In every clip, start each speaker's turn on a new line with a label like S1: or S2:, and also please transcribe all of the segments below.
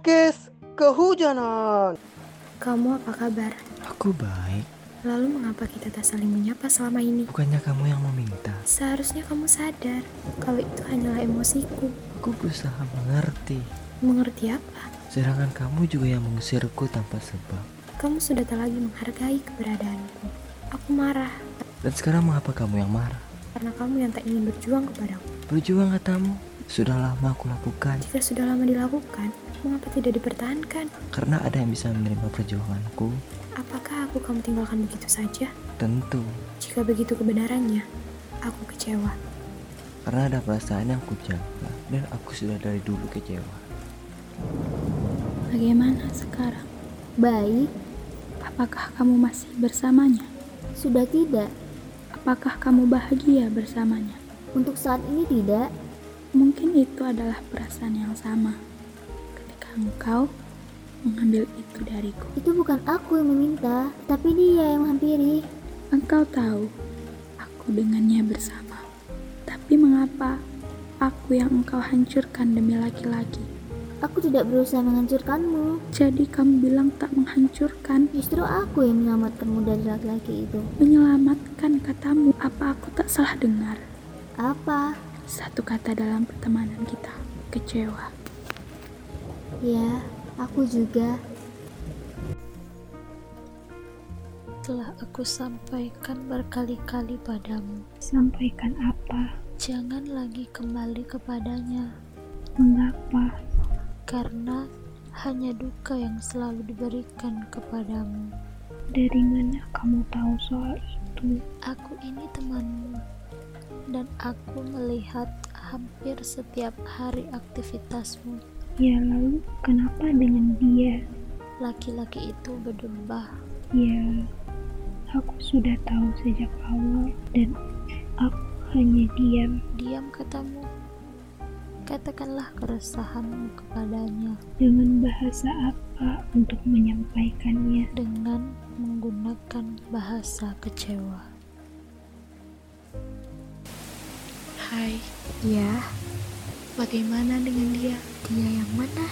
S1: podcast kehujanan.
S2: Kamu apa kabar?
S3: Aku baik.
S2: Lalu mengapa kita tak saling menyapa selama ini?
S3: Bukannya kamu yang meminta.
S2: Seharusnya kamu sadar kalau itu hanyalah emosiku.
S3: Aku berusaha mengerti.
S2: Mengerti apa?
S3: Sedangkan kamu juga yang mengusirku tanpa sebab.
S2: Kamu sudah tak lagi menghargai keberadaanku. Aku marah
S3: Dan sekarang mengapa kamu yang marah?
S2: karena kamu yang tak ingin berjuang kepadaku.
S3: Berjuang katamu? Sudah lama aku lakukan.
S2: Jika sudah lama dilakukan, mengapa tidak dipertahankan?
S3: Karena ada yang bisa menerima perjuanganku.
S2: Apakah aku kamu tinggalkan begitu saja?
S3: Tentu.
S2: Jika begitu kebenarannya, aku kecewa.
S3: Karena ada perasaan yang kujaga. Dan aku sudah dari dulu kecewa.
S4: Bagaimana sekarang?
S5: Baik,
S4: Apakah kamu masih bersamanya?
S5: sudah tidak.
S4: Apakah kamu bahagia bersamanya?
S5: Untuk saat ini tidak.
S4: Mungkin itu adalah perasaan yang sama ketika engkau mengambil itu dariku.
S5: Itu bukan aku yang meminta, tapi dia yang menghampiri.
S4: Engkau tahu aku dengannya bersama. Tapi mengapa aku yang engkau hancurkan demi laki-laki?
S5: Aku tidak berusaha menghancurkanmu.
S4: Jadi kamu bilang tak menghancurkan,
S5: Justru aku yang menyelamatkanmu dari laki-laki itu.
S4: menyelamatkan katamu. Apa aku tak salah dengar?
S5: Apa?
S4: Satu kata dalam pertemanan kita, kecewa.
S5: Ya, aku juga.
S6: telah aku sampaikan berkali-kali padamu.
S4: Sampaikan apa?
S6: Jangan lagi kembali kepadanya,
S4: Mengapa?
S6: karena hanya duka yang selalu diberikan kepadamu.
S4: Dari mana kamu tahu soal itu?
S6: Aku ini temanmu, dan aku melihat hampir setiap hari aktivitasmu.
S4: Ya lalu kenapa dengan dia?
S6: Laki-laki itu berdebah.
S4: Ya, aku sudah tahu sejak awal dan aku hanya diam
S6: Diam katamu. Katakanlah keresahanmu kepadanya
S4: dengan bahasa apa untuk menyampaikannya.
S6: dengan menggunakan bahasa kecewa.
S7: Hai,
S2: Ya,
S7: bagaimana dengan dia?
S2: dia yang mana?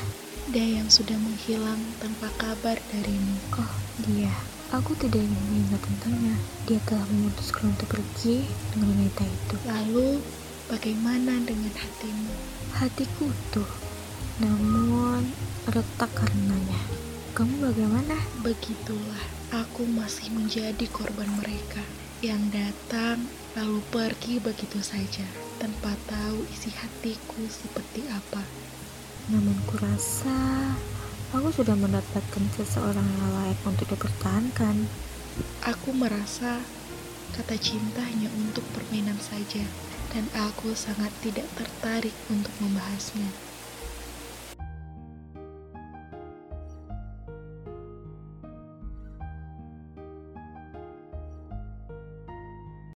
S7: Dia yang sudah menghilang tanpa kabar darimu.
S2: Oh, dia. Aku tidak ingin mengingat tentangnya. Dia telah memutuskan untuk pergi dengan wanita itu.
S7: Lalu, bagaimana dengan hatimu?
S2: Hatiku utuh, namun retak karenanya. Kamu bagaimana?
S7: Begitulah, aku masih menjadi korban mereka yang datang lalu pergi begitu saja tanpa tahu isi hatiku seperti apa.
S2: Namun kurasa aku sudah mendapatkan seseorang yang layak untuk dipertahankan.
S7: Aku merasa kata cinta hanya untuk permainan saja dan aku sangat tidak tertarik untuk membahasnya.